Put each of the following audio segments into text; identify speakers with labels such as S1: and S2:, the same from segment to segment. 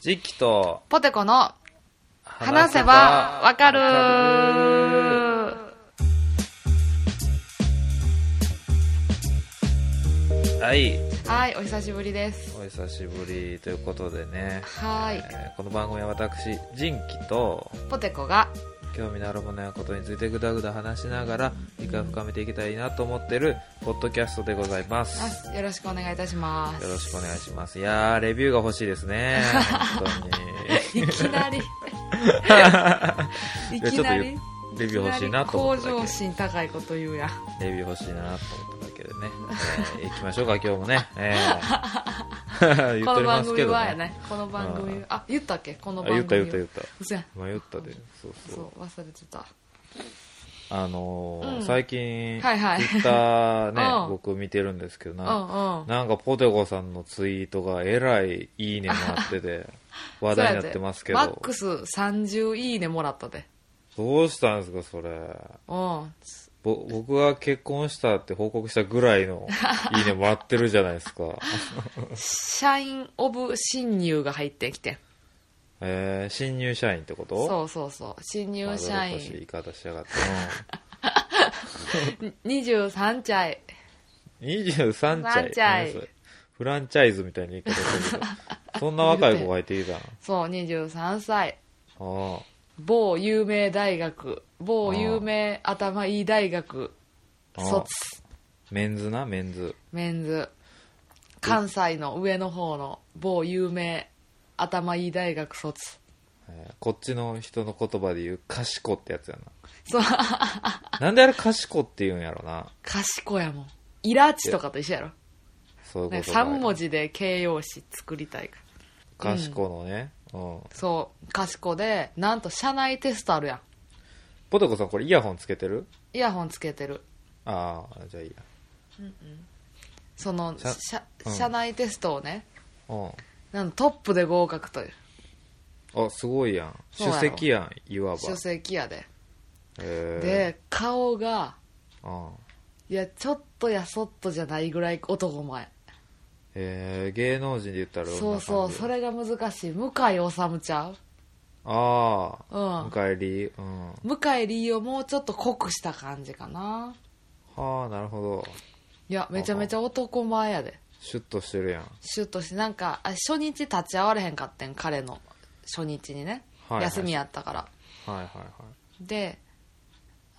S1: 時期と
S2: ポテコの話せばわかる
S1: はい
S2: はい、お久しぶりです。
S1: お久しぶりということでね、
S2: はーい。
S1: えーこの番組は私仁気と
S2: ポテコが、
S1: 興味のあるものやことについてぐだぐだ話しながら理解を深めていきたいなと思ってるポッドキャストでございます
S2: あよろしくお願いいたします。
S1: よろしくお願いしますいやーレビューが欲しいです ね本当に
S2: いき なり。い
S1: やち
S2: き
S1: ょっと
S2: な
S1: レ
S2: り。
S1: ビュー欲しいなと思っただ
S2: 向上
S1: け
S2: 心高いこと言うや。
S1: レビュー欲しいなと思っただけでね、えー行きましょう か、今日もね。えー言
S2: こ
S1: ってお
S2: の
S1: り
S2: 番
S1: ます
S2: 組
S1: けど、ね。
S2: はやね。この番組は。あ、言ったっけこの
S1: あ
S2: 番組
S1: 言
S2: は。
S1: った言った言った。
S2: 嘘やん
S1: 迷ったで、そうそう。
S2: そう、忘れてた。
S1: あのー
S2: うん
S1: 最近、
S2: はいはい
S1: ツイッターね
S2: う、ん
S1: 僕見てるんですけど
S2: う
S1: な、
S2: んうん。
S1: なんかポテゴさんのツイートがえらいいいねもらってて、 話題になってますけ
S2: そうやでマッ
S1: ど、
S2: クス30いいねもらったで。
S1: どうしたんですか、それ。
S2: うん。
S1: ぼ僕が結婚したって報告したぐらいのいいねもらってるじゃない ですか。
S2: 社員オブ新入が入ってきてん
S1: えー、新入社員ってこと
S2: そうそうそう新入社
S1: まどろっこしい言
S2: 員
S1: い方しやがって。うん23
S2: 23歳
S1: 歳。
S2: 23歳
S1: 何それフランチャイズみたいな言い方す るけど。そんな若い子がいていたん。あ
S2: そう23歳
S1: あ。
S2: 某有名大学某有名頭いい大学
S1: あー
S2: 卒
S1: メンズな、メンズ。
S2: メンズ関西の上の方の某有名頭いい大学卒
S1: えーこっちの人の言葉で言う、賢ってやつや
S2: そう
S1: な。なんであれ賢って言うんやろな。
S2: 賢やもんイラチとかと一緒やろ
S1: そういうことだよ
S2: 3文字で形容詞作りたいから
S1: 賢のね。うん。
S2: そう賢でなんと社内テストあるやん
S1: ポテコさんこれイヤホンつけてる
S2: イヤホンつけてる
S1: ああ、じゃあいいや。
S2: その
S1: 社
S2: 社
S1: うん
S2: 社内テストをね、
S1: う。
S2: なんとトップで合格というん
S1: あ、すごいやん。
S2: そう
S1: 主
S2: やろ
S1: 席やん、いわば。
S2: 書籍やで、
S1: え
S2: で顔が
S1: ー、うん。
S2: いやちょっとやそっとじゃないぐらい男前
S1: えー、芸能人で言ったらどんな
S2: そ
S1: 感
S2: う
S1: じ
S2: そうそれが難しい向井治ちゃ
S1: あ
S2: う
S1: あ、
S2: うん
S1: 迎えりうん
S2: 向井理をもうちょっと濃くした感じかな
S1: はあなるほど
S2: いやめちゃめちゃ男前やで
S1: シュッとしてるやん
S2: シュッとしてなんかあ初日立ち会われへんかってん彼の初日にね、
S1: はいはい
S2: 休みやったから
S1: はいはいはい
S2: で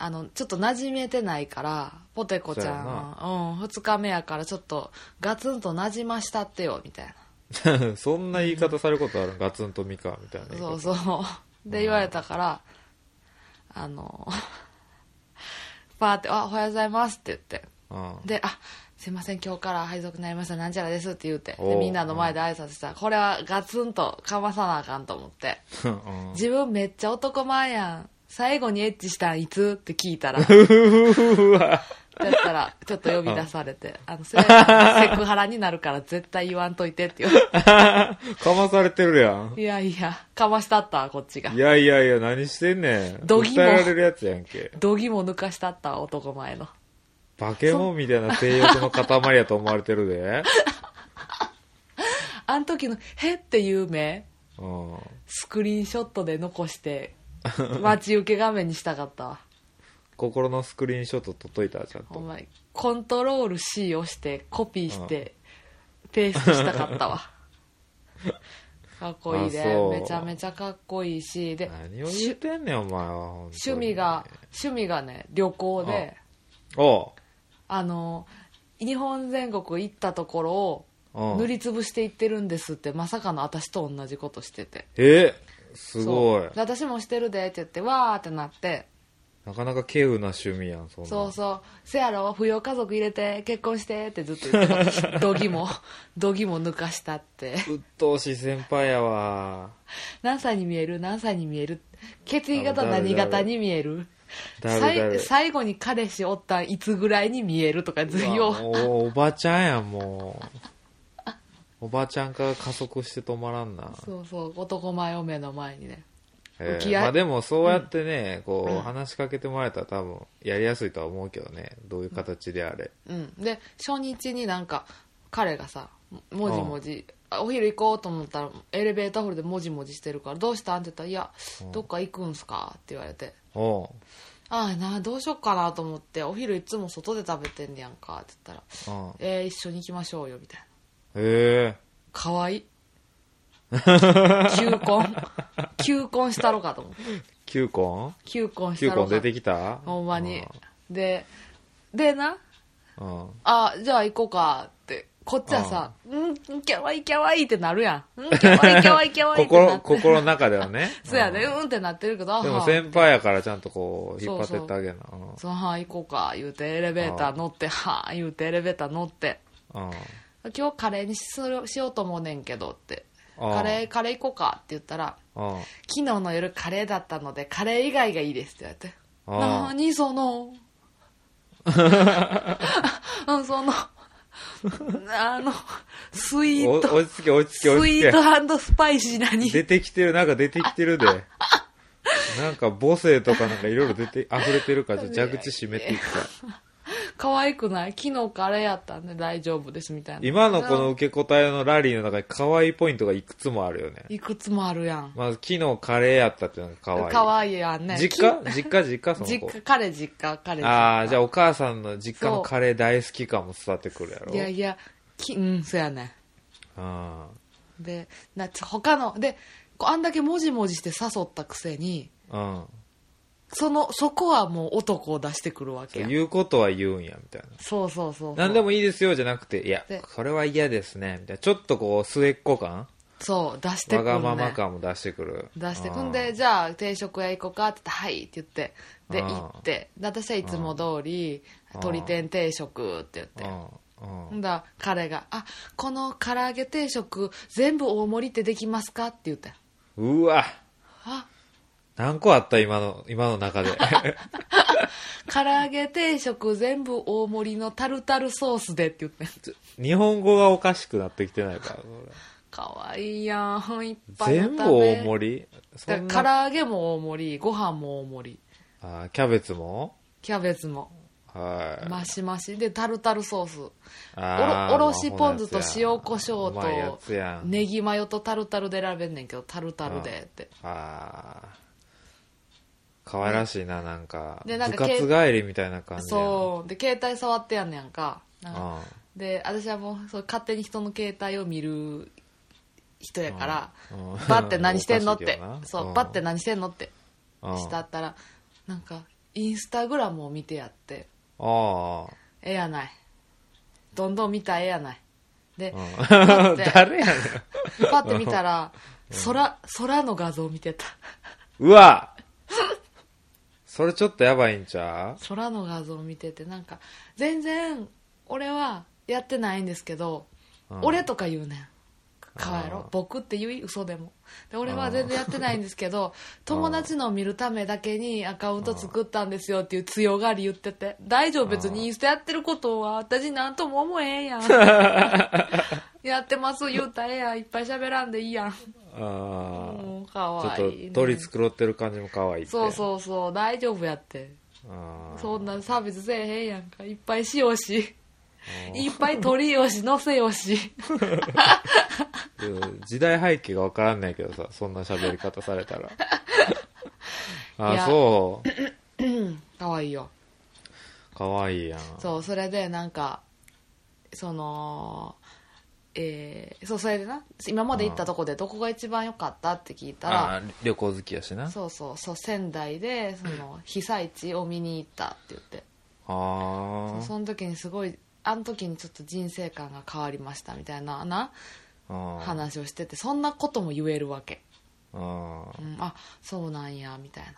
S2: あのちょっと馴染めてないからポテコちゃん、うん、2日目やからちょっとガツンと馴染ましたってよみたいな
S1: そんな言い 方されることあるガツンとミカみたいな言い
S2: そ
S1: 方
S2: うそ うで言われたからあの パーって「あおはようございます」って言って
S1: うん
S2: で「あすいません今日から配属になりましたなんちゃらです」って言うて
S1: お
S2: で
S1: う
S2: みんなの前で挨拶したらこれはガツンとかまさなあかんと思って
S1: うん
S2: 自分めっちゃ男前やん最後にエッチしたんいつって聞いた ら
S1: うわ
S2: だっ たら、ちょっと呼び出されて、あの、それセクハラになるから絶対言わんといてって言われ
S1: かまされてるやん
S2: て。いやいや、かましたったわ、こっちが
S1: い。やいやいや何してんねん
S2: 度肝
S1: 訴えられるやつやんけ
S2: 度肝も抜かしたったわ、男前の。
S1: 化け物みたいな性欲の塊やと思われてるで
S2: あの時の、へっていう目、
S1: うん
S2: スクリーンショットで 残して、待ち受け画面にしたかったわ。
S1: 心のスクリーンショット撮っといたちゃん
S2: お
S1: と
S2: 前、コントロール C 押して、コピーして、ペーストしたかった わ。かっこいい
S1: あ
S2: で、
S1: そう
S2: めちゃめちゃかっこいいし、で、
S1: 何を
S2: し
S1: 言ってんねんお前は本当に
S2: 趣味が、趣味がね、旅行で、
S1: おう
S2: あの日本全国行ったところ
S1: う
S2: を
S1: ん
S2: 塗りつぶしていってるんですってまさかの私と同じことしてて
S1: えすごい
S2: そうで私もしてるでって言ってわーってなって
S1: なかなか稀有な趣味やんそんな
S2: そうそうせやろ扶養家族入れて結婚してってずっと言って た度肝度肝抜かしたって
S1: うっとうしい先輩やわ
S2: 何歳に見える何歳に見える血液型何型に見える
S1: だるだ
S2: さい
S1: る
S2: 最後に彼氏おったんいつぐらいに見えるとかずっ
S1: うわ
S2: よ
S1: もうおばちゃんやもうおばちゃんから加速して止まらんな
S2: そうそう男前を目の前にね
S1: え
S2: 浮
S1: え
S2: き合い
S1: まあでもそうやってね、こう、
S2: うん
S1: 話しかけてもらえたら多分やりやすいとは思うけどねどういう形であれ、
S2: うん、で初日になんか彼がさもじもじあお昼行こうと思ったらエレベーターホールでもじもじしてるから「どうしたん?」って言ったら「いや
S1: うん
S2: どっか行くんすか?」って言われて
S1: おう
S2: 「ああなどうしよっかな」と思って「お昼いつも外で食べてんねやんか」って言ったら
S1: うん
S2: 「えー、一緒に行きましょうよ」みたいな
S1: へえ
S2: かわい い求婚求婚したろかと思って
S1: 球根
S2: 求婚し
S1: 球
S2: たろ
S1: 根
S2: か
S1: 出てきた
S2: ほんまにででな
S1: うんうん
S2: あじゃあ行こうかってこっちはさ「うんキャワイキャワイ」ってなるやん「うんキャワイキャワイキャ ワイ」ってな
S1: 心
S2: って
S1: 心の中ではね
S2: そうやで
S1: ん
S2: うんってなってるけどあ
S1: でも
S2: は
S1: 先輩やからちゃんとこう引っ張ってってあげな
S2: そうはあ行こうか言うてエレベーター乗ってはあ言うてエレベーター乗って
S1: うんうん
S2: 今日カレーにするしようと思うねんけどって
S1: ああ
S2: カレーカレー行こうかって言ったら
S1: うん
S2: 昨日の夜カレーだったのでカレー以外がいいですって言われて
S1: ああ
S2: 何そ の うんそのあのスイ
S1: お
S2: ート
S1: 落ち着け落ち着
S2: ス
S1: け落ち
S2: イ
S1: 着け
S2: ートスパイシーなに
S1: 出てきてる、なんか出てきてるで。なんか母性とかなんかいろいろ出て、溢れてる から、じゃあ蛇口閉めていくか。
S2: 可愛くない昨日カレーやったんで大丈夫ですみたいな
S1: 今のこの受け答えのラリーの中に可愛いポイントがいくつもあるよね。
S2: いくつもあるやん
S1: まず、昨日カレーやったっていうのが可愛い。
S2: 可愛いやんね
S1: 実家実家実家その
S2: 実
S1: 子
S2: 家。彼実家彼実家
S1: ああ、じゃあお母さんの実家のカレー大好き感も伝わってくるやろ。
S2: いやいやきうんそうやね
S1: うん。
S2: でなつ他のでこうあんだけもじもじして誘ったくせに
S1: うん。
S2: そのそこはもう男を出してくるわ
S1: そ
S2: け
S1: う
S2: や
S1: 言うことは言うんや、みたいな。
S2: そうそうそうそう
S1: 何でもいいですよじゃなくて、いや
S2: で、
S1: これは嫌ですね、みたいな。ちょっとこう、末っ子感
S2: そう出してく
S1: わ
S2: る、ね、
S1: がまま感も出してくる。
S2: 出してく
S1: うん
S2: でじゃあ定食屋行こうかって言って「はい」って言ってで
S1: うん
S2: 行ってで私はいつも通り
S1: うん
S2: 鶏天定食って言って
S1: うん
S2: ほ
S1: うん
S2: んだ彼が「あこの唐揚げ定食全部大盛りってできますか?」って言って
S1: うわ
S2: あ
S1: 何個あった今の、今の 中で。
S2: 唐揚げ定食全部大盛りのタルタルソースでって言って
S1: 日本語がおかしくなってきてないから、
S2: かわいいやんいっ
S1: そ
S2: ぱい
S1: れ
S2: の
S1: 全部
S2: ため
S1: 大盛りそん
S2: だか
S1: な
S2: ら唐揚げも大盛りご飯も大盛り
S1: あーキャベツも
S2: キャベツも
S1: はい。
S2: マシマシでタルタルソース
S1: あー
S2: おろおろしポン酢と塩コショウと
S1: うまいやつやん。
S2: ネギマヨとタルタルで選べんねんけどタルタルでって
S1: あー可愛らしいな、なんか。
S2: でなん
S1: 部
S2: かけ
S1: 活帰りみたいな感じやん。
S2: そうで携帯触ってやんねやんかなんか
S1: あ
S2: で私はもうそう勝手に人の携帯を見る人やから
S1: うんうん
S2: バッて何してんのっ
S1: おかしい
S2: て
S1: けどな
S2: そううんバッて何してんのって
S1: ー。
S2: した
S1: あ
S2: ったらなんかインスタグラムを見てやって
S1: あー。
S2: ええやないどんどん見たらええやないで
S1: うん
S2: だって
S1: 誰やねん。
S2: パッて見 たら空空の画像見てた
S1: うわそれちょっとやばいんちゃ
S2: 空の画像を見ててなんか全然俺はやってないんですけど、
S1: う、うん
S2: 俺とか言うねんかわいろ
S1: あー
S2: 僕って言い嘘でもで俺は全然やってないんですけど友達のを見るためだけにアカウント作ったんですよっていう強がり言ってて大丈夫別にインスタやってることは私なんとも思えへんや んやってます言うたらええやんいっぱい喋らんでいいやん
S1: あー
S2: もうかわ
S1: ちょっ
S2: いい、ね、
S1: と取り繕ってる感じも可愛いって
S2: そうそうそう大丈夫やって
S1: あー
S2: そんなサービスせえへんやんか。いっぱいしよし。いっぱい取りよし、乗せよし。
S1: 時代背景が分からんないけどさそんな喋り方されたらあ
S2: い
S1: ー
S2: や
S1: そう
S2: かわいいよ。
S1: 可愛いやん
S2: そう、それでなんか、その、えーそう、それでな、今まで行ったとこでどこが一番良かったって聞いたら、
S1: あー旅行好きやしな
S2: そうそう、そう、仙台で、その、被災地を見に行ったって言って。
S1: あ
S2: そうその時にすごい、あの時にちょっと人生観が変わりましたみたいな、な、
S1: あ
S2: 話をしてて、そんなことも言えるわけ。
S1: あー
S2: うん、あ、そうなんや、みたいな。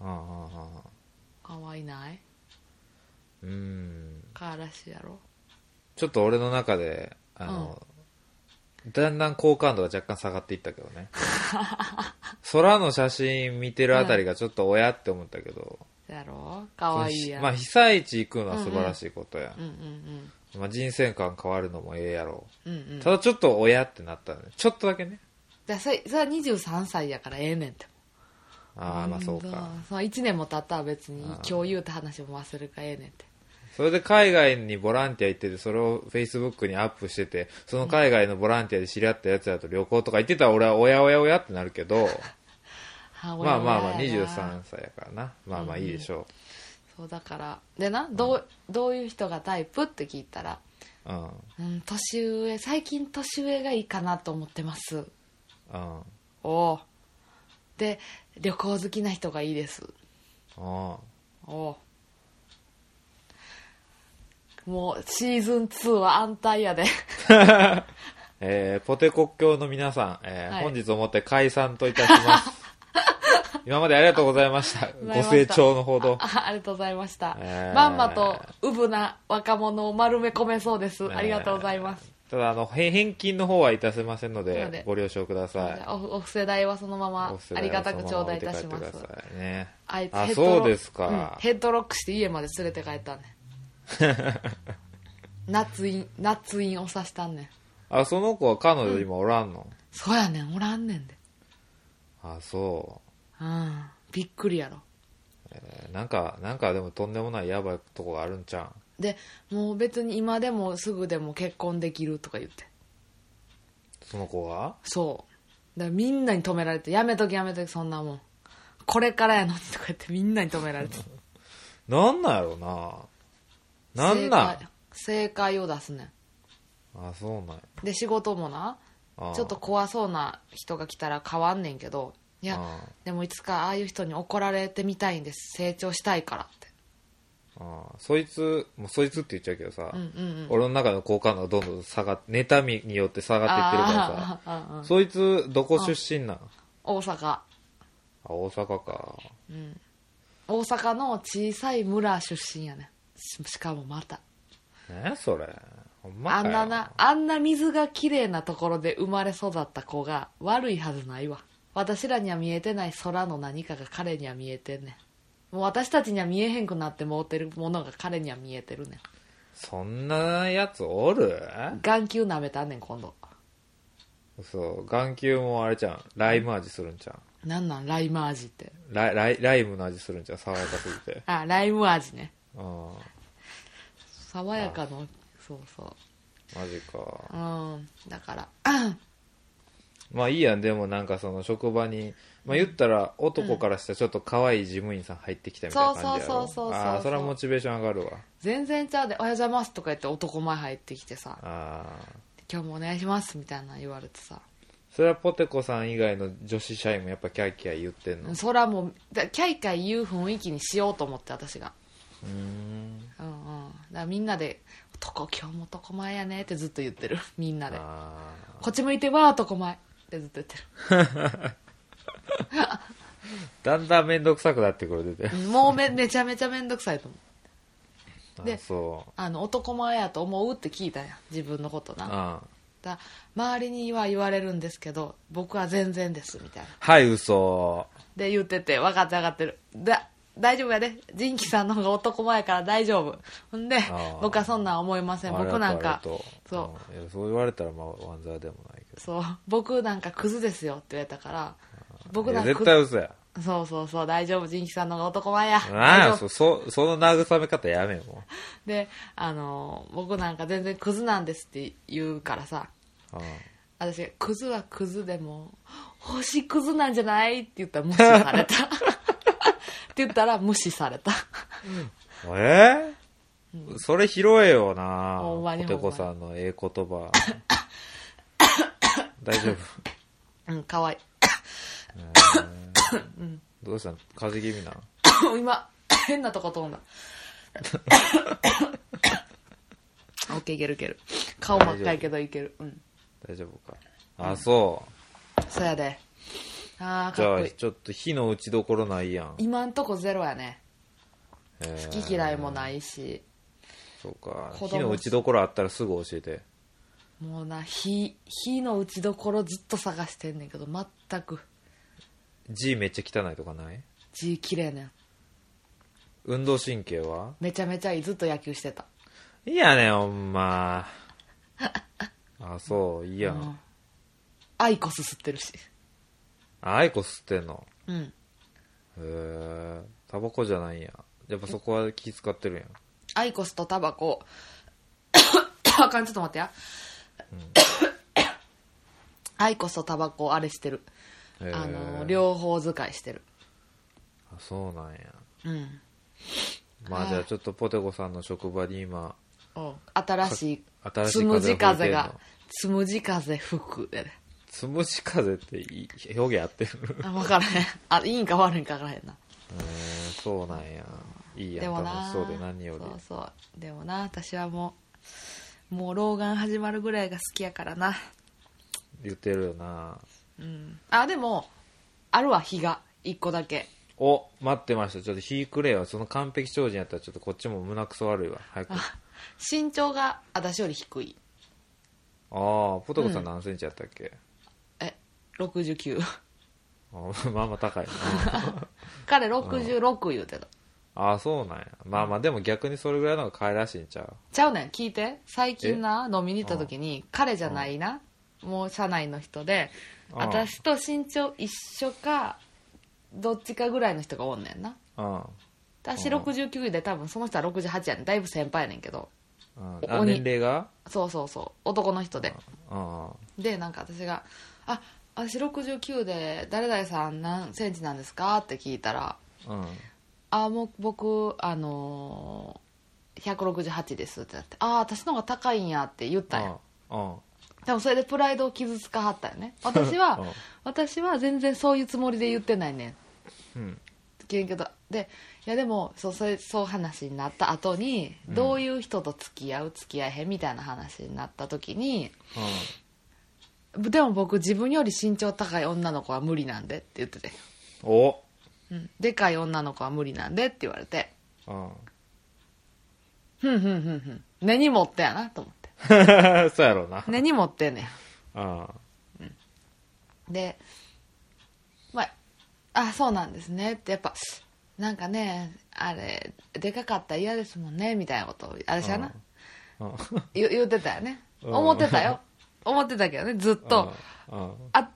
S1: あーあ
S2: かわいない
S1: ーうん
S2: かわらしいやろ
S1: ちょっと俺の中であの、だんだん好感度が若干下がっていったけどね 空の写真見てるあたりがちょっと親って思ったけど、
S2: そやろかわいいやん、
S1: まあ被災地行くのは素晴らしいことや、
S2: うんうん
S1: まあ、人生観変わるのもええやろ
S2: うんうんうん
S1: ただちょっと親ってなったねちょっとだけね
S2: じゃあそれそれは23歳やからええねんって
S1: ああまあそうか
S2: んその1年も経ったら別に
S1: あー
S2: 今日言うた話も忘れるからええねんって
S1: それで海外にボランティア行ってて、それを Facebook にアップしてて、その海外のボランティアで知り合ったやつだと旅行とか行ってたら俺はおやおやおやってなるけど、まあ
S2: は
S1: まあまあ
S2: 親やな
S1: 23歳やからな。まあまあいいでしょ
S2: そうだからでなどうどういう人がタイプって聞いたら、
S1: う。うん。うん。
S2: うん、年上最近年上がいいかなと思ってますおうで旅行好きな人がいいです
S1: うん。
S2: おうもうシーズン2は安泰やで
S1: えー、ポテ国境の皆さん、えー
S2: はい
S1: 本日をもって解散といたし ます。今までありがとうございました。
S2: ござい
S1: ご
S2: ました
S1: 清聴のほど。
S2: あありがとうございました、
S1: えー
S2: まんまとウブな若者を丸め込めそうです、ありがとうございます
S1: ただ、あの、返返金の方はいたせませんの
S2: な
S1: で、
S2: ので
S1: ご了承ください。
S2: おお布施代はそのまま
S1: お世
S2: あ
S1: 話
S2: り
S1: にな
S2: が
S1: ったそ
S2: たく
S1: のまま
S2: 頂
S1: 置い
S2: 戴い
S1: て帰
S2: た
S1: って
S2: しま
S1: く
S2: す
S1: ださいね。
S2: あいつ
S1: あ
S2: ヘッドロック
S1: そうですか
S2: うんヘッドロックして家まで連れて帰ったね ナッツインナッツインをさしたんねん
S1: あ、その子は彼女今おらんの、
S2: そうやねんおらんねんで
S1: あ、そ
S2: うんびっくりやろ
S1: う。えーなんか、なんかでもとんでもないやばいとこがあるんちゃう
S2: でもう別に今でもすぐでも結婚できるとか言って
S1: その子は
S2: そうだからみんなに止められてやめときやめときそんなもんこれからやのにとか言ってみんなに止められて
S1: なんなんやろ ななんなん
S2: 正解正解を出すねん
S1: あ、そうなんや。
S2: で仕事もな
S1: あー
S2: ちょっと怖そうな人が来たら変わんねんけどいや
S1: あー
S2: でもいつかああいう人に怒られてみたいんです成長したいからって
S1: ああそいつもうそいつって言っちゃうけどさ、
S2: うんうんうん
S1: 俺の中の好感度がどんどん下がって妬みによって下がっていってるか
S2: あーあーあー
S1: ら
S2: あ
S1: さそいつどこ出身なんあ
S2: 大阪
S1: 大阪か
S2: 大阪の小さい村出身やねししかもまた
S1: ねそれほんま
S2: あん
S1: かよ
S2: ななあんな水がきれいなところで生まれ育った子が悪いはずないわ私らには見えてない空の何かが彼には見えてんねんもう私たちには見えへんくなってもうてるものが彼には見えてるね
S1: そんなやつおる
S2: ん眼球舐めたんねん今度
S1: そう眼球もあれじゃんライム味するんじゃん
S2: なんなんライム味って
S1: ライライライムの味するんじゃん爽やかすぎて
S2: あライム味ね
S1: うん
S2: 爽やかのそうそ
S1: マジか
S2: ううんだから
S1: まあいいやんでもなんかその職場にまあ言ったら男からしたらちょっと可愛い事務員さん入ってきたみたいな感じやろ
S2: そうそうそうそうそう
S1: ああそれはモチベーション上がるわ
S2: 全然ちゃうで「おはようございます」とか言って男前入ってきてさ
S1: ああ
S2: 「今日もお願いします」みたいなの言われてさ
S1: それはポテコさん以外の女子社員もやっぱキャーキャー言ってんの
S2: そらもうだキャイキャイ言う雰囲気にしようと思って私が
S1: うん
S2: うんうんだからみんなで「男今日も男前やね」ってずっと言ってるみんなで
S1: ああ
S2: 「こっち向いてわ男前」ってずっと言って
S1: だんだん面倒くさくなってくる出て
S2: るもうめめちゃめちゃめんどくさいと思うで
S1: あそ
S2: あの男前やと思うって聞いたんや自分のこと
S1: うう
S2: なんだ周りには言われるんですけど僕は全然ですみたいな
S1: はい嘘
S2: で言ってて分かって分かってるだ大丈夫やで仁キさんの方が男前やから大丈夫ほんで
S1: ー
S2: 僕はそんなん思いません僕
S1: あ
S2: なんか
S1: りがとう、
S2: そ
S1: う
S2: う
S1: んいやそう言われたらまあワンザーでもないけど
S2: そう僕なんかクズですよって言われたから僕なん
S1: いや絶
S2: かク
S1: 対
S2: ズ
S1: 嘘や
S2: そうそうそう大丈夫仁キさんの方が男前や
S1: なん
S2: 大
S1: や
S2: 丈
S1: そ
S2: 夫
S1: そその慰め方やめんも
S2: であのー僕なんか全然クズなんですって言うからさ
S1: う、うん
S2: 私がクズはクズでも星クズなんじゃないって言ったら無視されたって言ったら無視された
S1: えーそれ拾えよな
S2: ほんまに
S1: ポテコ
S2: ほんま
S1: さんのええ言 葉大丈夫
S2: うんかわいい
S1: どうしたの風邪気味なの
S2: 今変なと こ 飛んだオッケーいけるいける顔真っ赤いけどいけるうん
S1: 大丈夫かあそう
S2: そやでああ
S1: じ
S2: か
S1: ゃ
S2: っこ
S1: あ
S2: いい
S1: ちょっと火の打ちどころないやん
S2: 今んとこゼロやね
S1: え
S2: 好
S1: ー
S2: き嫌いもないし
S1: そうか
S2: 子供
S1: 火の打ちどころあったらすぐ教えて
S2: もうな火火の打ちどころずっと探してんねんけど全く
S1: 字めっちゃ汚いとかない
S2: 字綺麗ねん
S1: 運動神経は
S2: めちゃめちゃいいずっと野球してた
S1: いいやねほん まあそういいやん
S2: アイコス吸ってるし
S1: あアイコ吸ってんの
S2: うん
S1: へえタバコじゃないんややっぱそこは気使ってるんやん
S2: アイコスとタバコ あかんちょっと待ってや、 アイコスとタバコあれしてる、
S1: へー
S2: あの両方使いしてる
S1: あそうなんや
S2: うん
S1: まあじゃあちょっとポテコさんの職場に今
S2: お新しい
S1: か新しい
S2: つむじ風
S1: 風が吹いてん
S2: が
S1: の
S2: つむじ風吹くで、ね、
S1: つむじ風っていい表現合ってる
S2: あ分からへんあいいんか悪いんか分からへんな
S1: えーそうなんやいいや
S2: で
S1: ん
S2: も
S1: 楽
S2: な
S1: しそうで何より
S2: そうそうでもな私はもうもう老眼始まるぐらいが好きやからな
S1: 言ってるよな
S2: うんあでもあるわ日が一個だけ
S1: お待ってましたちょっと日くれよその完璧超人やったらちょっとこっちも胸くそ悪いわ 早くあ
S2: 身長が私より低い
S1: あーポテコさん何センチやったっけ、
S2: え69
S1: あー まあまあ高いな
S2: 彼66言うてた
S1: ああそうなんやまあまあでも逆にそれぐらいの方が可愛らしいんちゃう
S2: ちゃうねん聞いて最近な飲みに行った時に彼じゃないなもう社内の人で
S1: ああ
S2: 私と身長一緒かどっちかぐらいの人がおんねんな
S1: うん
S2: 私69で多分その人は68やねんだいぶ先輩やねんけど
S1: うん
S2: こ
S1: あ
S2: こに
S1: 年齢が
S2: そうそうそう男の人で
S1: うん
S2: でなんか私が「あ私69で誰々さん何センチなんですか?」って聞いたら
S1: うん
S2: 「あもう僕あのー168です」ってなって「あ私の方が高いんや」って言ったんや
S1: うんうん
S2: でもそれでプライドを傷つかはったよ ね私は
S1: うん
S2: 私は全然そういうつもりで言ってないねん
S1: うん
S2: 言うけどでいやでもそうそれそう話になった後にどういう人と付き合う付き合えへんみたいな話になった時に、でも僕自分より身長高い女の子は無理なんでって言ってて、
S1: うんお
S2: うん、でかい女の子は無理なんでって言われて
S1: うん
S2: ふんふんふんふん根に持ってやなと思って
S1: そうやろうな。
S2: 根に持ってんね
S1: あ
S2: んでまああそうなんですねってやっぱなんかねあれでかかったら嫌ですもんねみたいなことを私はな、
S1: あ。うん
S2: 言言ってたよね
S1: うん
S2: 思ってたよ思ってたけどねずっと。
S1: うんうん
S2: あ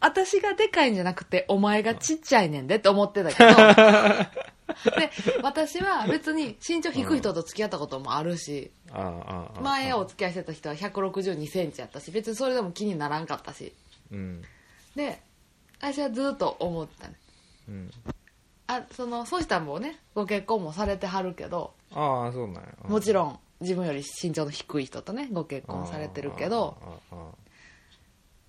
S2: 私がでかいんじゃなくてお前がちっちゃいねんでって思ってたけ どで私は別に身長低い人と付き合ったこともあるし
S1: ああああ。
S2: 前お付き合いしてた人は1 6 2センチやったし別にそれでも気にならんかったし
S1: うん。
S2: で私はずっと思ってたね
S1: うん。
S2: あそのそうしたらもうねご結婚もされてはるけど
S1: ああ、そうなんや。
S2: もち
S1: ん。
S2: ろん自分より身長の低い人とねご結婚されてるけど
S1: ああ。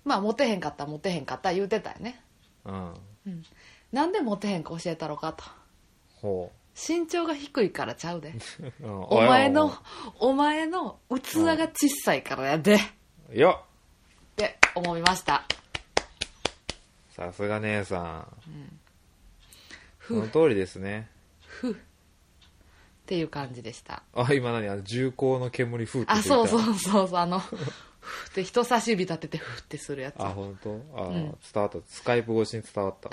S2: まあモテへんかったらモテへんかったら言うてたよね
S1: ああああうん。
S2: なんでモテへんか教えたろかと
S1: ほ
S2: 身長が低いからちゃう で
S1: う。うん
S2: お前の。お前の器が小さいからやでっ
S1: おいよって
S2: 思いました
S1: さすが姉さん。その通りですね。
S2: っていう感じでした
S1: あ、今何あの、重厚の煙風って
S2: あ
S1: 言ってた
S2: そうそう。そうそう あのふって人差し指立ててふってするやつ
S1: あ、本当。ああ、伝わった。スカイプ越しに伝わった。 へ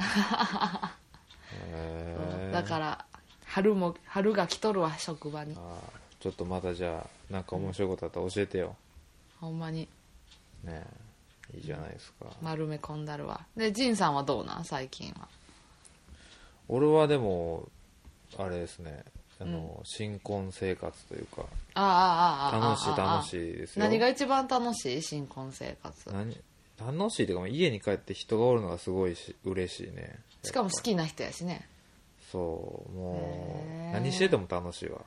S1: え。
S2: だから春も春が来とるわ職場に
S1: ああちょっとまたじゃあ、なんか面白いことあったら教えてよ。
S2: ほんまに
S1: ねえいいじゃないですか、
S2: 丸め込んだるわで仁さんはどうなん最近は
S1: 俺はでもあれですねあの、新婚生活というか
S2: ああああああああ
S1: 楽しい
S2: ああ
S1: 楽しいですよ
S2: 何が一番楽しい新婚生活
S1: 何楽しいというか家に帰って人がおるのがすごいし嬉しいね
S2: しかも好きな人やしね
S1: そうも
S2: へえ
S1: う何してても楽しいわ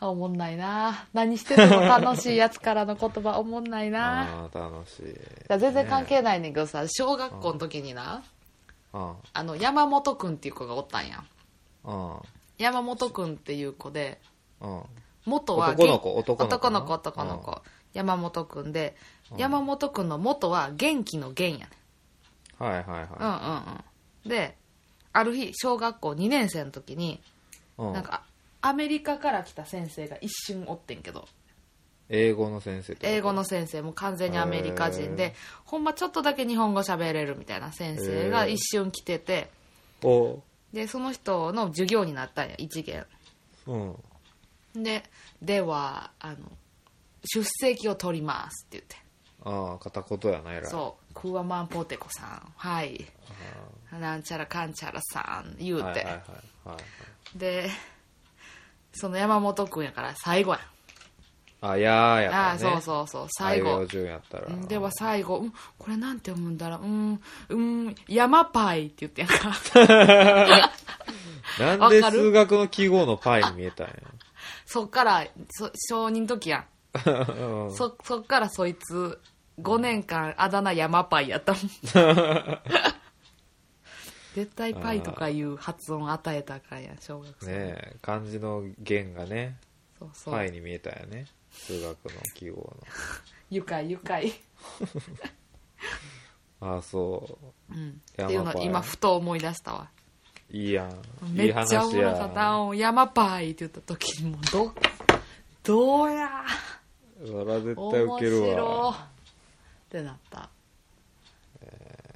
S2: あおもんないな何してても楽しいやつからの言葉おもんないな
S1: ああ楽しい
S2: だから全然関係ないねんけどさ小学校の時にな
S1: あ
S2: あの山本君っていう子がおったんや
S1: あ
S2: 山本君っていう子で
S1: ああ
S2: 元は
S1: 男の子
S2: 男
S1: 男の子
S2: の子男の子山本君で、山本君の元は元気の元やね
S1: はいはい
S2: うんうん
S1: は
S2: うんである日小学校2年生の時に
S1: い、うん
S2: なんかアメリカから来た先生が一瞬おってんけど
S1: 英語の先生ってこと
S2: 英語の先生も完全にアメリカ人で、
S1: へー
S2: ほんまちょっとだけ日本語喋れるみたいな先生が
S1: へー
S2: 一瞬来てて、
S1: お
S2: でその人の授業になったんや一元
S1: うん
S2: でではあの出席を取りますって言って
S1: ああ片言やなえらい
S2: そうクワマンポテコさんはいなんちゃらかんちゃらさん言うて、
S1: はいはいはいはい
S2: でその山本君やから最後やん。
S1: あ、やーや
S2: あ
S1: っ
S2: あ、
S1: たね。
S2: そうそうそう、最
S1: あい
S2: 後
S1: う。順やったら。
S2: うんでは最後、うん、これなんて読むんだろう、うん、うん、山パイって言ってやん か。
S1: なんで
S2: わかる
S1: 数学の記号のパイに見えたんや。
S2: そっから、そ、承認時やん。
S1: うん
S2: そ、そっからそいつ、5年間あだ名山パイや ったもん。絶対パイとかいう発音与えたらあかんやん、小学生。
S1: ねえ、漢字の弦がね、
S2: そうそう。
S1: パイに見えたんやね。数学の記号
S2: 愉快、愉快。
S1: の。ああ、そう。
S2: うん。
S1: 山パイ
S2: っていうの今、ふと思い出したわ。
S1: いいやん。い
S2: め
S1: い
S2: っちゃお
S1: 話
S2: もろかった。
S1: や。
S2: うん山パイって言った時にもう、ど、どうや
S1: そら絶対ウ
S2: 面
S1: ケる
S2: 白
S1: わ。
S2: ってなった。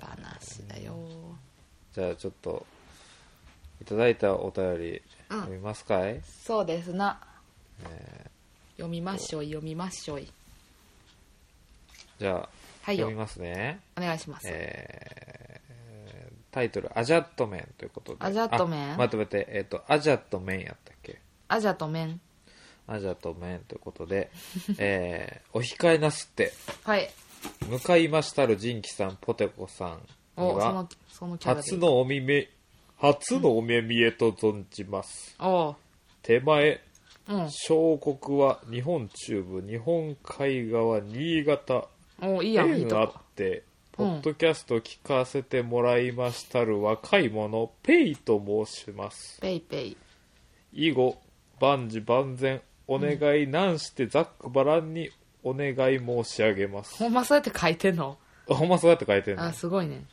S2: 話だよ。
S1: じゃあちょっと、いただいたお便り、
S2: うん
S1: 読みますかい
S2: そうですな。読みましょい、読みましょい。
S1: じゃあ、
S2: はいよ
S1: 読みますね。
S2: お願いします。
S1: えータイトル、アジャットメンということで。
S2: アジャットメン
S1: あまとめて、えっ、と、アジャットメンやったっけ
S2: アジャと麺。
S1: アジャットメンということで、 えーお控えなすって、
S2: はい。
S1: 向かいましたるジンキさん、ポテコさんに
S2: お、その
S1: は、、
S2: そのキャラで
S1: 初。のお見め、初のお目見えと存じます。
S2: おう。
S1: 手前、
S2: うん。
S1: 小国は日本中部、日本海側、新潟、
S2: おういいやん、いい
S1: 縁
S2: と
S1: があ
S2: こ
S1: っ。て、
S2: う
S1: ポ
S2: ん
S1: ッドキャスト聞かせてもらいましたる若い者、ペイと申します。
S2: ペイペイ。
S1: 以後、万事万全、お願いなんしてざっくばらんにお願い申し上げます。
S2: ほんまそうやって書いてんの
S1: ほんまそうやって書いてるの
S2: あ、すごいね。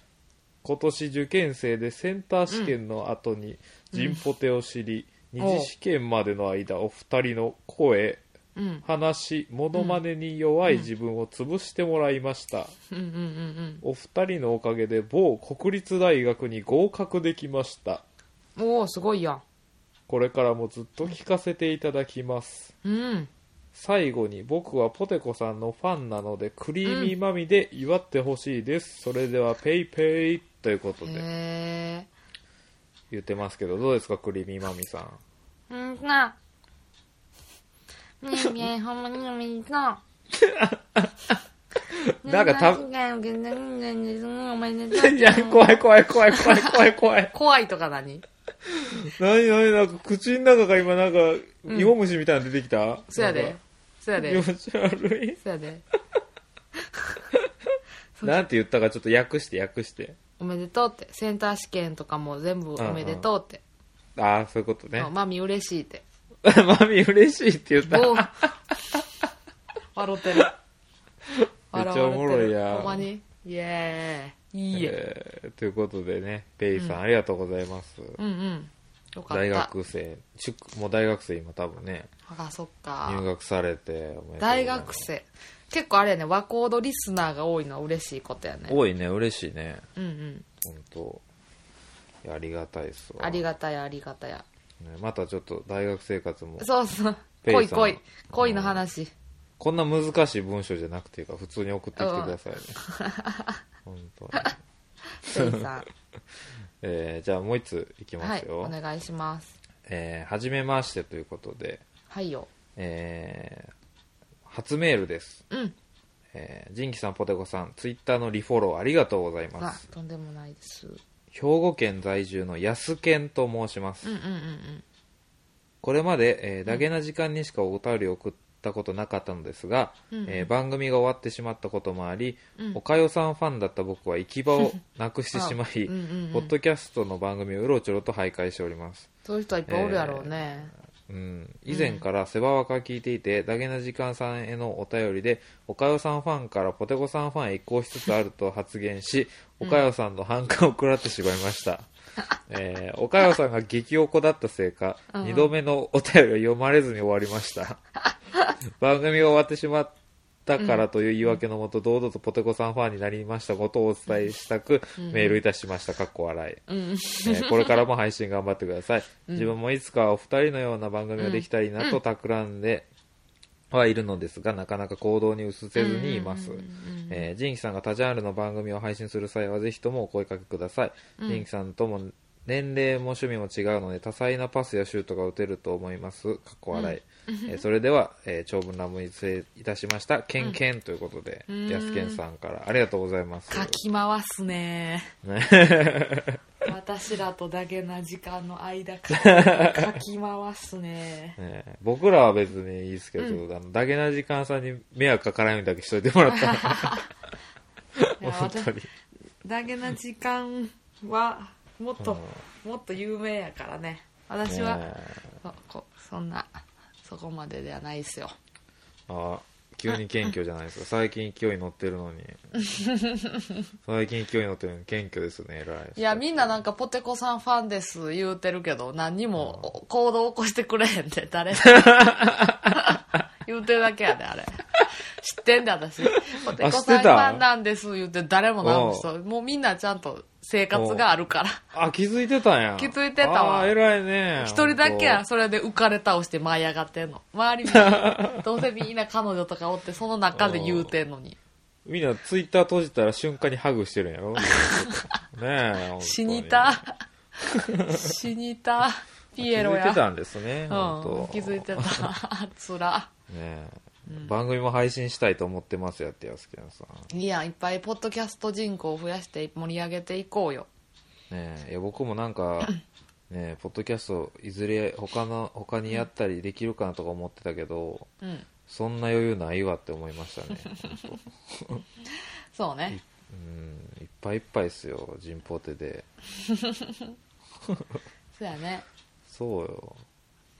S1: 今年受験生でセンター試験の後にジンポテを知り、
S2: ん
S1: 二次試験までの間お二人の声、
S2: うん。
S1: 話、モノマネに弱い自分を潰してもらいました。
S2: うんうんうんうん。
S1: お二人のおかげで某国立大学に合格できました
S2: おおすごいやん。
S1: これからもずっと聞かせていただきます
S2: うん。
S1: 最後に僕はポテコさんのファンなのでクリーミーマミで祝ってほしいです、それではペイペイということで
S2: へえ。
S1: 言ってますけどどうですかクリーミーマミさん
S2: うんな。ねえねえ、ほんまに飲みに行こう。
S1: なんかた
S2: ねえ間違いを受けないんですおめでとう
S1: い怖い怖い怖い怖い怖い
S2: 怖いとか何
S1: 何何なんか口の中が今なんか芋虫みたいなの出てきた、
S2: そやで。そや
S1: なんか
S2: で。
S1: 気持ち悪い
S2: そやで。
S1: なんて言ったかちょっと訳して訳して
S2: おめでとうって。センター試験とかも全部おめでとうって。
S1: ああそういうことね
S2: そうマミ嬉しいって。
S1: マミ嬉しいって言った。
S2: おう笑ってる。
S1: めっちゃおもろいやん
S2: 笑われてるほんまにイエーイ。いいえ。
S1: えーということでね、ペイさん、ありがとうございます。
S2: うんうん。よかった。
S1: 大学生、ちゅもう大学生今多分ね、
S2: あ、そっ
S1: 入
S2: か。
S1: 学されておめでとうございます、
S2: 大学生。結構あれやね、和コードリスナーが多いのは嬉しいことやね。
S1: 多いね、嬉しいね。
S2: うんうん。
S1: 本当いやありがたいっすわ。
S2: ありがたや、ありがたや。
S1: ねまたちょっと大学生活も、
S2: そうそう。
S1: ペイさん
S2: 恋恋。恋の話。
S1: こんな難しい文章じゃなくていいから、普通に送ってきてくださいね。本当
S2: ペイさ ん。
S1: えーじゃあもう一ついきま
S2: は
S1: す
S2: い、
S1: よ。
S2: お願いします。
S1: えーはじめましてということで、
S2: はいよ。
S1: えー初メールです。
S2: うん。
S1: えー、ジンキさん、ポテコさん、ツイッターのリフォローありがとうございま
S2: あ
S1: す。、
S2: とんでもないです。う
S1: 兵庫県在住のヤスケンと申します。
S2: んうんうんうん。
S1: これまで、えー、ダゲな時間にしかお便りを送ったことなかったのですが、
S2: うんうん
S1: えー番組が終わってしまったこともあり、
S2: うん
S1: おかよさんファンだった僕は行き場をなくしてしまい、
S2: あ うんうんうん
S1: ポッドキャストの番組をうろちょろと徘徊しております。
S2: そういう人はいっぱいおるやろうね。
S1: うん、以前から世話若聞いていて、ダゲな時間さんへのお便りで、おかよさんファンからポテコさんファンへ移行しつつあると発言し、おかよさんの反感を食らってしまいま した。えーおかよさんが激おこだったせいか、
S2: うん
S1: 二度目のお便りを読まれずに終わりました。番組が終わってしまったからという言い訳のもと、堂々とポテコさんファンになりましたことをお伝えしたく、メールいたしました。かっこ笑い。
S2: うん。
S1: え ーこれからも配信頑張ってください。自分もいつかお二人のような番組ができたらいいなと企んではいるのですが、なかなか行動に移せずにいます
S2: うんうんうん。
S1: えージンキさんが他ジャンルの番組を配信する際は、ぜひともお声掛けください。ジンキさんとも年齢も趣味も違うので多彩なパスやシュートが打てると思いますかっこ笑い、えーそれでは、えー長文乱文失礼いたしましたケンケンということで、
S2: うん
S1: ヤスケンさんからありがとうございます
S2: かき回 すね
S1: ね
S2: 私らとだけな時間の間 かかき回すね
S1: ね僕らは別にいいですけど、あのダゲな時間さんに迷惑かからないようにだけしといてもらった ら
S2: いや
S1: 本当に
S2: 私だけな時間はもっと、もっと有名やからね私は、
S1: ね
S2: そこそんなそこまでではないですよ
S1: あ急に謙虚じゃないです か最近勢い乗ってるのに最近勢い乗ってるのに謙虚ですね偉い
S2: いやみんななんかポテコさんファンです言うてるけど何にも行動起こしてくれへん で誰も言うてるだけやであれ知ってんで私ポテコ
S1: 知っ
S2: さん
S1: て
S2: フ
S1: た
S2: ァンなんです言うて誰も何もしともうみんなちゃんと生活があるから
S1: あ気づいてたんや
S2: 気づいてたわ
S1: ああ偉いね
S2: 一人だけやそれで浮かれ倒して舞い上がってんの周りみ んなどうせみんな彼女とかおってその中で言うてんのに
S1: みんなツイッター閉じたら瞬間にハグしてるんや ろねえ本当に
S2: 死にた 死にたピエロ
S1: 気づい
S2: や
S1: てたんですね、
S2: う
S1: 本
S2: ん、
S1: 当
S2: 気づいてた つら
S1: ねえ番組も配信したいと思ってますやってやすけんさん
S2: いやいっぱいポッドキャスト人口を増やして盛り上げていこうよ
S1: ねえいや僕もなん かねえポッドキャストいずれ他の他にやったりできるかなとか思ってたけど
S2: うん
S1: そんな余裕ないわって思いました ね
S2: そうね
S1: うんいっぱいいっぱいですよ人ポテで
S2: そうやね
S1: そうよ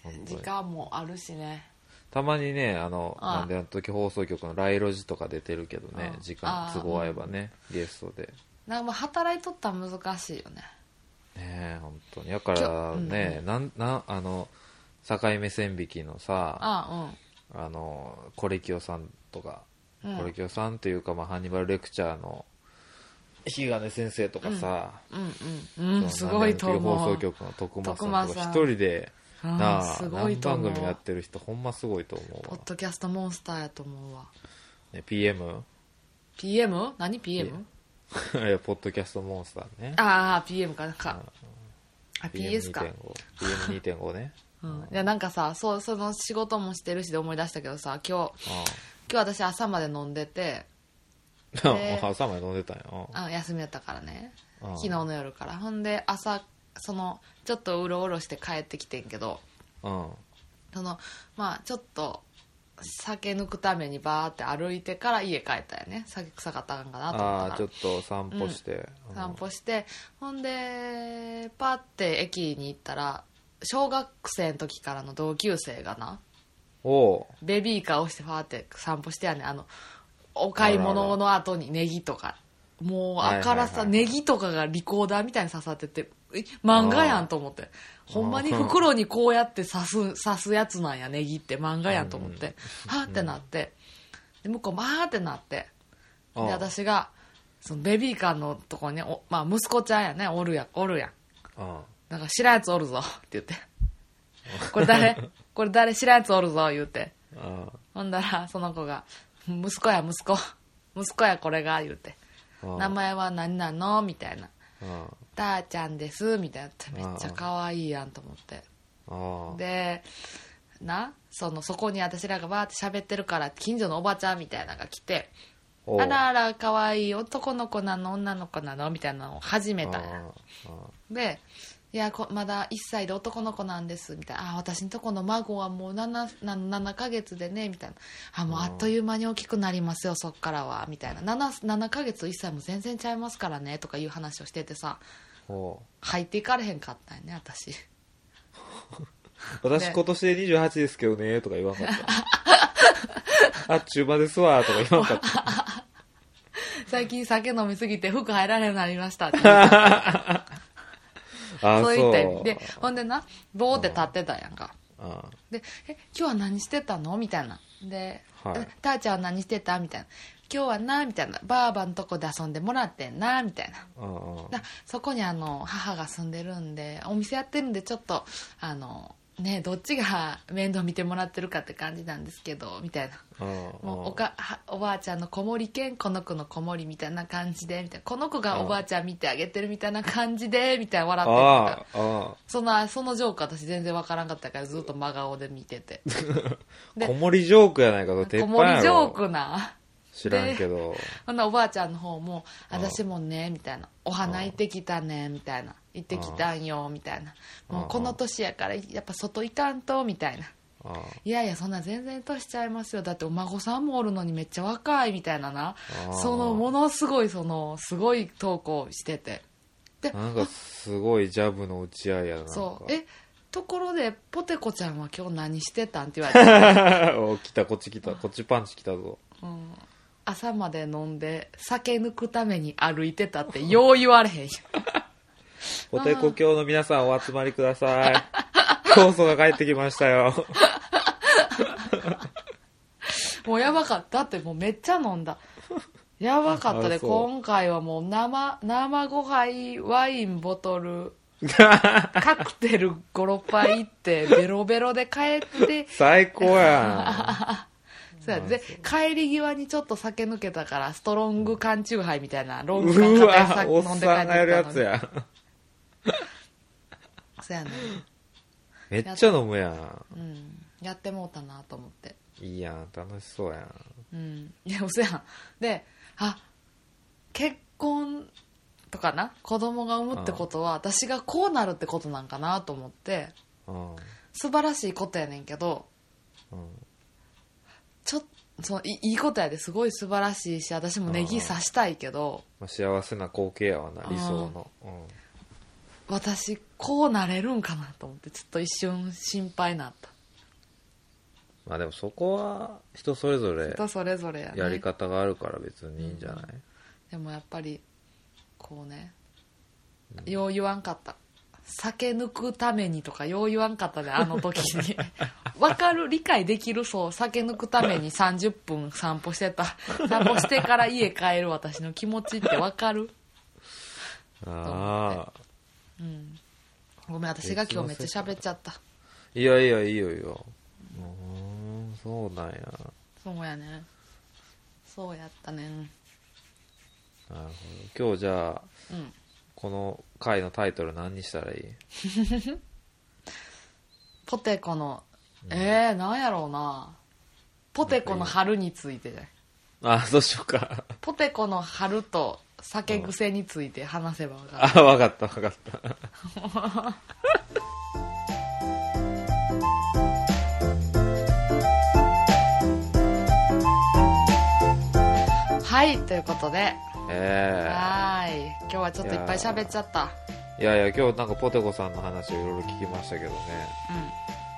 S1: 本当
S2: 時
S1: に
S2: 間もあるしね
S1: たまにねあの
S2: ああ
S1: なんであの時放送局のライロジとか出てるけどね
S2: うん
S1: 時
S2: あ
S1: 間
S2: あ
S1: 都合合えばねゲストで
S2: なんかもう働いとったら難しいよね
S1: ねえ本当にだからね、なんなんあの境目線引きのさ
S2: あ
S1: あのコレキオさんとか、
S2: あうん
S1: コレキオさんというか、まあ、ハンニバルレクチャーの日金先生とかさ、
S2: うんうんうんすごいと
S1: 南
S2: 思
S1: 放
S2: う
S1: 送局の徳間さんと
S2: 徳間
S1: か
S2: さん
S1: 一人で
S2: うん
S1: なあ
S2: すごいと思う
S1: 何番組やってる人ほんますごいと思う
S2: ポ
S1: わ
S2: ッ、ドキャストモンスターやと思うわ
S1: ね、PM?
S2: PM? 何 PM?
S1: いやポッドキャストモンスターね
S2: ああ PM かなんかあ PS か
S1: PM2.5PM2.5 ね
S2: うんいやなんかさそうその仕事もしてるしで思い出したけどさ今日
S1: あ
S2: 今日私朝まで飲んでて
S1: あ、
S2: で
S1: 朝まで飲んでたんやうん
S2: あ休みやったからね
S1: うん
S2: 昨日の夜からほんで朝そのちょっとうろうろして帰ってきてんけど
S1: うん
S2: そのまあちょっと酒抜くためにバーって歩いてから家帰ったよね酒臭かったんかなと思
S1: あ
S2: ったか
S1: あ
S2: ら
S1: ちょっと散歩して、うん
S2: 散歩してほんでパッて駅に行ったら小学生の時からの同級生がな
S1: おう
S2: ベビーカーをしてファーって散歩してやねあのお買い物の後にネギとかもうあからさ、
S1: はいはいはい
S2: ネギとかがリコーダーみたいに刺さっててえ漫画やんと思ってほんまに袋にこうやって刺す刺すやつなんやネギって漫画やんと思って、はーってなってで向こうまーってなって
S1: う
S2: で
S1: ん
S2: 私がそのベビーカーのとこにねお、まあ、息子ちゃんやねおるやんおるやん
S1: うん
S2: なんか知らんやつおるぞって 言って「これ誰これ誰知らんやつおるぞ」言うて
S1: うん
S2: ほんだら、その子が、息子や息子、息子やこれが、言うて。
S1: うん
S2: 名前は何なのみたいな。
S1: うん
S2: たーちゃんです、みたいなって。めっちゃ可愛いやんと思って。
S1: あ
S2: で、な、その、そこに私らがわーって喋ってるから、近所のおばちゃんみたいなのが来て、
S1: おう
S2: あらあら可愛い男の子なの女の子なのみたいなのを始めたんや
S1: あーあ
S2: で「いやこまだ1歳で男の子なんです」みたいな「あ私のとこの孫はもう 7, 7ヶ月でね」みたいな「あもうあっという間に大きくなりますよそっからは」みたいな7「7ヶ月と1歳も全然ちゃいますからね」とかいう話をしててさ
S1: ーおう
S2: 入っていかれへんかったんやね私
S1: 私
S2: ね
S1: 今年で28ですけどねとか言わんかった あっちゅう間ですわとか言わんかった
S2: 最近酒飲みすぎて服入られへんようになりました って言う
S1: あー
S2: そう
S1: そ
S2: 言
S1: う
S2: ってでほんでなボーって立ってたんやんか
S1: あ
S2: で「え今日は何してたの?」みたいなで「
S1: はい
S2: えたーちゃんは何してた?」みたいな「今日はな」みたいな「ばあばのとこで遊んでもらってんな」みたいな
S1: ああ
S2: だそこにあの母が住んでるんでお店やってるんでちょっとあのねどっちが面倒見てもらってるかって感じなんですけどみたいなもうおかはおばあちゃんの子守兼この子の子守みたいな感じでみたいなこの子がおばあちゃん見てあげてるみたいな感じでみたいな笑ってる
S1: あ
S2: とか
S1: ああ
S2: そのそのジョーク私全然わからんかったからずっと真顔で見てて
S1: あ
S2: で
S1: 子守ジョークやないかと鉄
S2: 子
S1: 板や
S2: 守
S1: ろ
S2: ジョークな
S1: 知らんけど
S2: ほんならおばあちゃんの方も「
S1: うん
S2: 私もね」みたいな「お花行ってきたね」みたいな「行ってきたんよ」みたいな「もうこの年やからやっぱ外行かんと」みたいな
S1: ああ
S2: いやいやそんな全然年ちゃいますよだってお孫さんもおるのにめっちゃ若いみたいなな
S1: あー
S2: そのものすごいそのすごい投稿しててで
S1: なんかすごいジャブの打ち合いやななんか
S2: そうえところでポテコちゃんは今日何してたんって言わ れて、
S1: お来たこっち来たこっちパンチ来たぞ
S2: うん朝まで飲んで酒抜くために歩いてたってよう言われへんよ
S1: おてこ教の皆さんお集まりくださ い酵素が帰ってきましたよ
S2: もうやばかっただってもうめっちゃ飲 んだやばかった
S1: あ
S2: で
S1: そう
S2: 今回はもう生生5杯ワインボトル カクテル56杯行ってベロベロで帰 って
S1: 最高や
S2: そうやで帰り際にちょっと酒抜けたからストロング缶チューハイみたいなロ
S1: ん
S2: ング缶
S1: う
S2: 片手
S1: わ
S2: さ
S1: おっさんがやるやつや
S2: そうやね
S1: めっちゃ飲むやん
S2: うんやってもうたなと思って
S1: いいやん楽しそうやん
S2: うんいやそうやんであ結婚とかな子供が産むってことは私がこうなるってことなんかなと思って
S1: うん
S2: 素晴らしいことやねんけど
S1: うん
S2: ちょっとそのいいいことやですごい素晴らしいし私もネギ刺したいけど、
S1: まあ幸せな光景やわな理想のうん
S2: 私こうなれるんかなと思ってちょっと一瞬心配になった
S1: まあでもそこは人それぞれ
S2: 人それぞれやね
S1: やり方があるから別にいいんじゃない
S2: でもやっぱりこうね、よう言わんかった酒抜くためにとかよう言わんかったであの時にわかる理解できるそう酒抜くために30分散歩してた散歩してから家帰る私の気持ちってわかる
S1: ああ
S2: うんごめん私が今日めっちゃ喋っちゃった
S1: いやいやいいよいいようーんそうなんや
S2: そうやねそうやったね
S1: なるほど今日じゃあ
S2: うん
S1: この回のタイトル何にしたらいい
S2: ポテコの、えー、なんやろうな。ポテコの春についてじゃない
S1: あそうしようか
S2: ポテコの春と酒癖について話せばわかる。
S1: あわかったわかった
S2: はい、ということで、
S1: え
S2: はーい。今日はちょっといっぱい喋っちゃった。
S1: えいやいや今日なんかポテコさんの話をいろいろ聞きましたけどね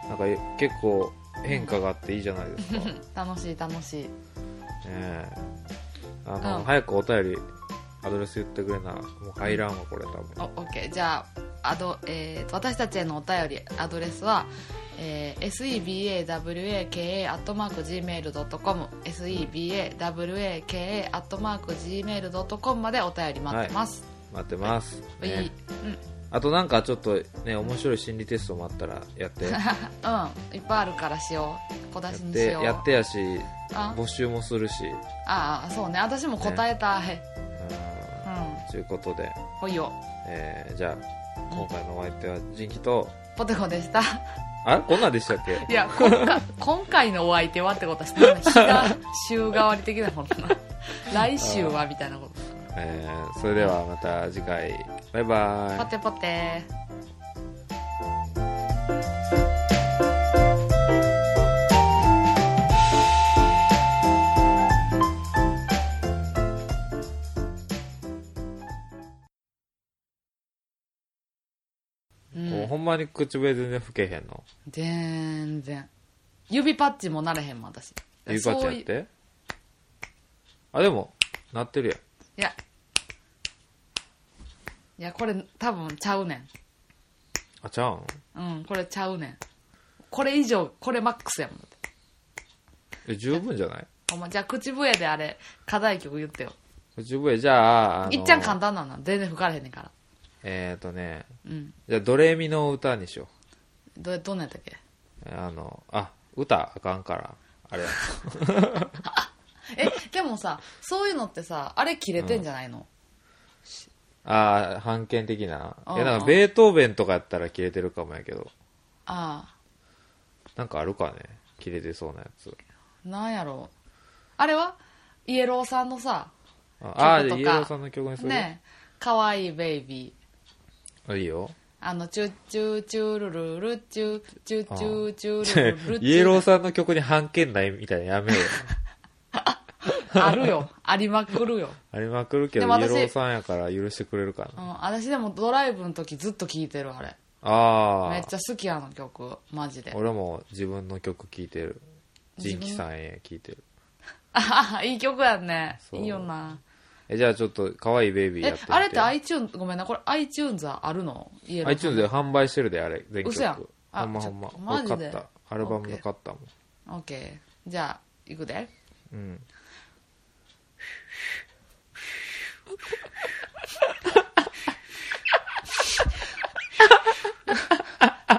S1: なんか結構変化があっていいじゃないですか、
S2: う
S1: ね
S2: ん。楽しい楽しい。
S1: えあの、
S2: うん
S1: 早くお便りアドレス言ってくれなもう入らんわこれ多分
S2: お、オッケー。じゃあ、アド、えーと、私たちへのお便り、アドレスは、えー、sebawaka.gmail.com、sebawaka.gmail.com までお便り待ってます。
S1: 待ってます、
S2: いい
S1: ね、
S2: うん
S1: あとなんかちょっとね面白い心理テストもあったらや って
S2: うんいっぱいあるからしよう小
S1: や
S2: 出し
S1: っ
S2: に
S1: て
S2: しよう
S1: やってやし
S2: あ
S1: 募集もするし
S2: ああそうね私も答えたい、
S1: うん
S2: うん
S1: ということで、
S2: ほいよ
S1: えーじゃあ今回のお相手はジンキと、
S2: ポテコでした
S1: あこんなんでしたっけ
S2: いや今回 今回のお相手はってことはしてない日が週替わり的な もんな来週はみたいなこと
S1: えーそれではまた次回バイバイ
S2: ポテポテう
S1: もうんほんまに口笛全然吹けへんの
S2: 全然指パッチンもなれへんもん私
S1: 指パッチン
S2: そう
S1: やっ
S2: い
S1: てあでも鳴ってるやん
S2: いやいやこれ多分ちゃうね
S1: あちゃうん
S2: んうんこれちゃうねんこれ以上これマックスやもんだって
S1: え十分じゃない
S2: お前じゃあ口笛であれ課題曲言ってよ
S1: 口笛じゃああの
S2: いっちゃん簡単なんだ全然吹かれへんねんから
S1: えっ、ー、とね
S2: うん
S1: じゃあドレミの歌にしよ
S2: どどんなんやったっけ
S1: あの、あ、歌あかんから、あれ や。
S2: えでもさそういうのってさあれ切れてんじゃないの、
S1: ああ、判権的な。
S2: うん
S1: いや、なんかベートーベンとかやったら切れてるかもやけど、
S2: あ
S1: なんかあるかね。切れてそうなやつ。
S2: あなんやろうあれはイエローさんのさ
S1: ああー、
S2: 曲とか
S1: イエローさんの曲にする、
S2: ねかわいいベイビー
S1: あいいよ。
S2: あのチュッチューチュールルルチューチューチューチュールルル
S1: イエロー
S2: ん
S1: さんの曲に判権ないみたいなのやめようよ。
S2: あるよありまくるよ、
S1: ありまくるけど、
S2: でも
S1: イエ
S2: 私
S1: ローさんやから許してくれるか
S2: う
S1: な。
S2: ん、私でもドライブの時ずっと聴いてるあれ
S1: ああ。
S2: めっちゃ好きやの曲マジで
S1: 俺も自分の曲聴いてるジンキさんへ聴いてる
S2: あ いい曲やんね
S1: そう
S2: いいよな
S1: えじゃあちょっと可愛いベイビーや
S2: え
S1: ってみて
S2: あれって iTunes ごめんなこれ iTunes はあるのイエローさん
S1: iTunes で販売してるであれ全曲
S2: 嘘やんあ
S1: ほんま
S2: ち
S1: ほ
S2: ょ
S1: んま
S2: マジ
S1: こ
S2: で
S1: れ買ったアルバムで買ったもん
S2: OK じゃあいくで
S1: うん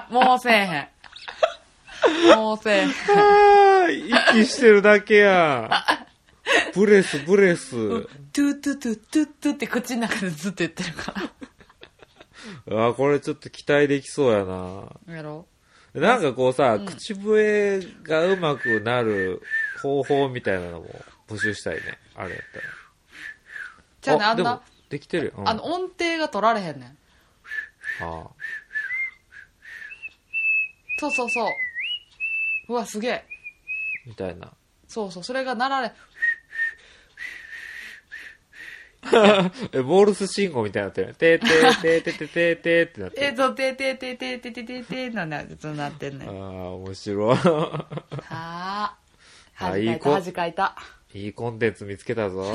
S2: もうせえ へんもうせえへん
S1: あー 息してるだけやブレスブレス
S2: トゥトゥトゥトゥトゥって口の中でずっと言ってるか
S1: あこれちょっと期待できそうやな
S2: らやろ
S1: なんかこうさ、口笛がうまくなる方法みたいなのも募集したいねあれやったら
S2: じゃあねあん
S1: でも
S2: な
S1: できてるよ、うん
S2: あの音程が取られへんねん
S1: ああ
S2: そうそうそううわすげえ
S1: みたいな
S2: そうそうそれがなられ
S1: え、モールス信号みたいになってる。てーてーてーてーてーてーてーってなって
S2: えっ
S1: る。
S2: とててててててててなんだずっとなってんね
S1: ああ
S2: んは、
S1: 面白
S2: あ
S1: あ
S2: 恥かい
S1: いい
S2: た
S1: 子
S2: 恥かいた
S1: い。いいコンテンツ見つけたぞ。